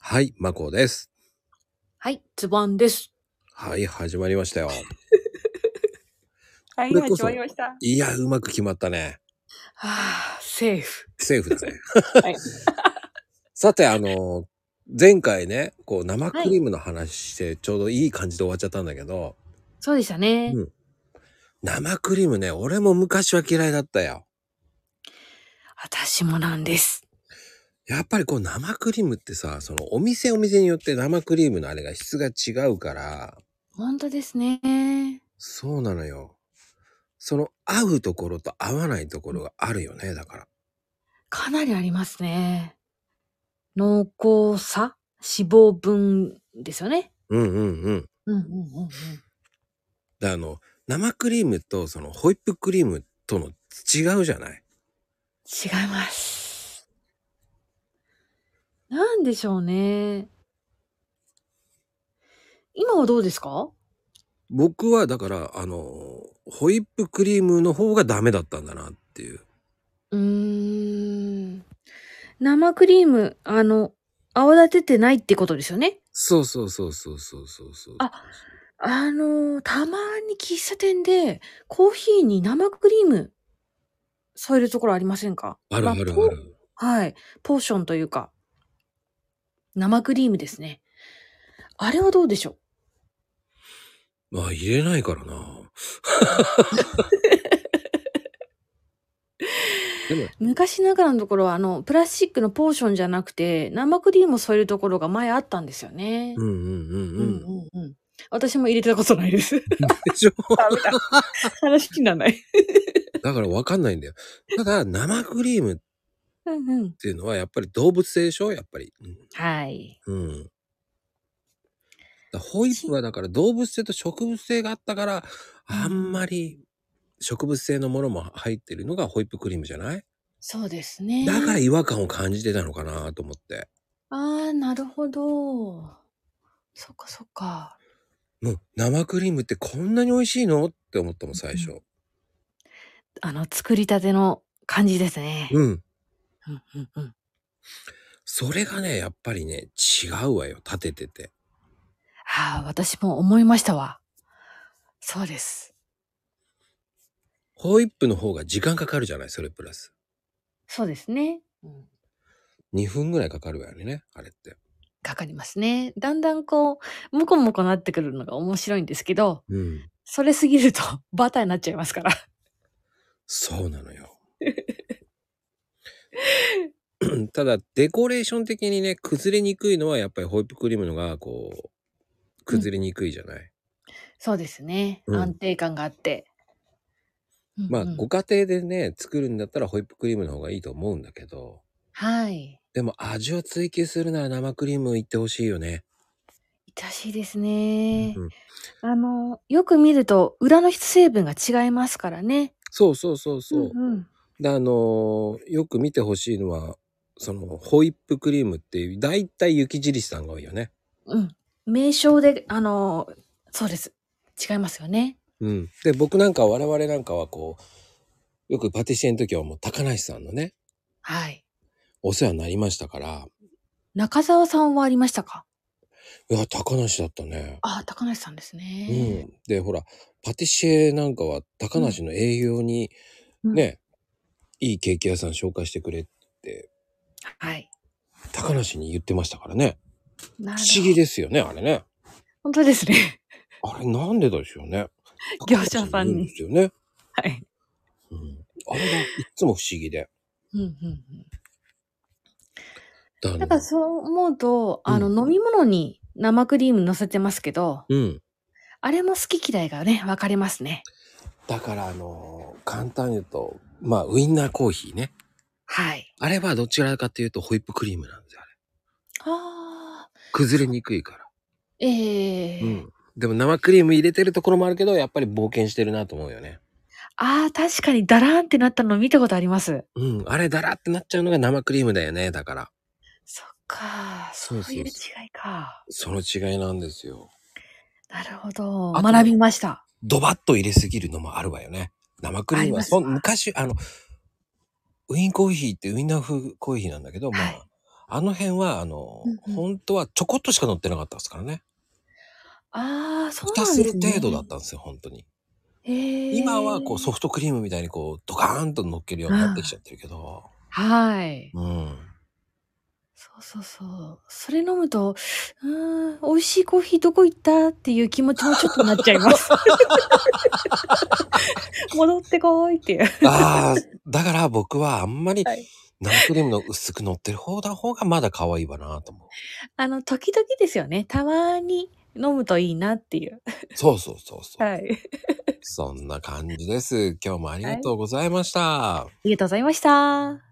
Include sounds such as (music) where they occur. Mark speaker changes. Speaker 1: はい、まこです。
Speaker 2: はい、ズボンです。
Speaker 1: はい、始まりましたよ。
Speaker 2: はい、始まりました。
Speaker 1: いや、うまく決まったね。
Speaker 2: はあ、セーフ。
Speaker 1: セーフだね。はい、 (laughs) さて、あの、前回ね、こう、生クリームの話して、ちょうどいい感じで終わっちゃったんだけど。はい、
Speaker 2: そうでしたね、うん、
Speaker 1: 生クリームね、俺も昔は嫌いだったよ。
Speaker 2: 私もなんです。
Speaker 1: やっぱりこう生クリームってさ、そのお店お店によって生クリームのあれが質が違うから。
Speaker 2: 本当ですね。
Speaker 1: そうなのよ。その合うところと合わないところがあるよね、だから。
Speaker 2: かなりありますね。濃厚さ脂肪分ですよね。
Speaker 1: うんうんうん。
Speaker 2: うんうんうんうん。
Speaker 1: であの、生クリームとそのホイップクリームとの違うじゃない
Speaker 2: 違います。なんでしょうね。今はどうですか
Speaker 1: 僕はだから、あの、ホイップクリームの方がダメだったんだなっていう。
Speaker 2: うーん。生クリーム、あの、泡立ててないってことですよね。
Speaker 1: そうそうそうそうそうそうそう。
Speaker 2: あ、あの、たまに喫茶店でコーヒーに生クリーム添えるところありませんか
Speaker 1: あるあるある。
Speaker 2: はい。ポーションというか。生クリームですね。あれはどうでしょ
Speaker 1: うまあ入れない (laughs) からな。
Speaker 2: 昔ながらのところはあのプラスチックのポーションじゃなくて生クリームを添えるところが前あったんですよね。
Speaker 1: うんうんうんうん。うんうんうん、
Speaker 2: 私も入れたことないです。で
Speaker 1: しょ
Speaker 2: ダメだ。 (laughs) 話にならない。
Speaker 1: だからわかんないんだよ。ただ生クリームって
Speaker 2: うんうん、って
Speaker 1: いうのはやっぱり動物性でしょやっぱり、
Speaker 2: うん、はい、
Speaker 1: うん、ホイップはだから動物性と植物性があったからあんまり植物性のものも入ってるのがホイップクリームじゃない
Speaker 2: そうですね
Speaker 1: だから違和感を感じてたのかなと思って
Speaker 2: ああなるほどそっかそっか
Speaker 1: もう生クリームってこんなに美味しいのって思ったもん最初、うん、
Speaker 2: あの作りたての感じですね
Speaker 1: うん
Speaker 2: うんうんうん、
Speaker 1: それがね、やっぱりね、違うわよ、立ててて。
Speaker 2: はあ、私も思いましたわ。そうです。
Speaker 1: ホイップの方が時間かかるじゃない、それプラス。
Speaker 2: そうですね。うん、
Speaker 1: 2分ぐらいかかるわよね、あれって。
Speaker 2: かかりますね。だんだんこう、もこもこなってくるのが面白いんですけど、
Speaker 1: うん、
Speaker 2: それすぎると (laughs) バターになっちゃいますから。
Speaker 1: そうなのよ。ただデコレーション的にね崩れにくいのはやっぱりホイップクリームのがこう崩れにくいじゃない、うん、
Speaker 2: そうですね、うん、安定感があって
Speaker 1: まあ、うんうん、ご家庭でね作るんだったらホイップクリームの方がいいと思うんだけど
Speaker 2: はい
Speaker 1: でも味を追求するなら生クリームいってほしいよね
Speaker 2: いってほしいですね、うんうん、あのよく見ると裏の成分が違いますからね
Speaker 1: そうそうそうそう、
Speaker 2: うんうん
Speaker 1: であのー、よく見てほしいのはそのホイップクリームっていう大体雪印さんが多いよね。
Speaker 2: うん、名称であのー、そうです違いますよね。
Speaker 1: うん、で僕なんか我々なんかはこうよくパティシエの時はもう高梨さんのね
Speaker 2: はい
Speaker 1: お世話になりましたから
Speaker 2: 中澤さんはありましたか
Speaker 1: いや高梨だったね。
Speaker 2: あ高梨さんですね。
Speaker 1: うん、でほらパティシエなんかは高梨の営業に、うん、ね、うんいいケーキ屋さん紹介してくれって。
Speaker 2: はい。
Speaker 1: 高梨に言ってましたからね。不思議ですよね、あれね。
Speaker 2: 本当ですね。 (laughs)
Speaker 1: あれなんででしょうね。
Speaker 2: 業者さんに。
Speaker 1: ですよね。
Speaker 2: はい。
Speaker 1: うん。あれがいつも不思議で。
Speaker 2: うんうんうん。だからそう思うと、あの、飲み物に生クリーム乗せてますけど、
Speaker 1: うん。
Speaker 2: あれも好き嫌いがね、分かれますね。
Speaker 1: だからあのー、簡単に言うと、まあ、ウインナーコーヒーね。
Speaker 2: はい。
Speaker 1: あれはどちらかというとホイップクリームなんですよ、あれ。
Speaker 2: ああ。
Speaker 1: 崩れにくいから。
Speaker 2: ええー、
Speaker 1: うん。でも生クリーム入れてるところもあるけど、やっぱり冒険してるなと思うよね。
Speaker 2: ああ、確かにダラーンってなったの見たことあります。
Speaker 1: うん。あれダラーってなっちゃうのが生クリームだよね、だから。
Speaker 2: そっか。そういう違いか。
Speaker 1: その違いなんですよ。
Speaker 2: なるほど。学びました。
Speaker 1: ドバッと入れすぎるのもあるわよね。生クリームはそ昔あのウィンコーヒーってウィンナー風コーヒーなんだけど、はい、まああの辺は、あの、
Speaker 2: うんうん
Speaker 1: 本当はちょこっとしか乗ってなかったですからね。
Speaker 2: ああ、そう
Speaker 1: 蓋
Speaker 2: なん
Speaker 1: す
Speaker 2: で
Speaker 1: る
Speaker 2: すね。
Speaker 1: 程度だったんですよ、本当に。
Speaker 2: へー
Speaker 1: 今はこうソフトクリームみたいにこうドカーンと乗っけるようになってきちゃってるけど。
Speaker 2: はい。
Speaker 1: うん。
Speaker 2: そうそうそう。それ飲むと、うーん、美味しいコーヒーどこ行ったっていう気持ちもちょっとなっちゃ
Speaker 1: (laughs)
Speaker 2: います。戻ってこいっていう。
Speaker 1: ああ、だから僕はあんまり
Speaker 2: はい
Speaker 1: 生クリームの薄く乗ってる方だ方がまだ可愛いわなと思う。
Speaker 2: あの、時々ですよね。たまに飲むといいなっていう。
Speaker 1: そうそうそうそう。
Speaker 2: はい。
Speaker 1: そんな感じです。今日もありがとうございました。
Speaker 2: ありがとうございました。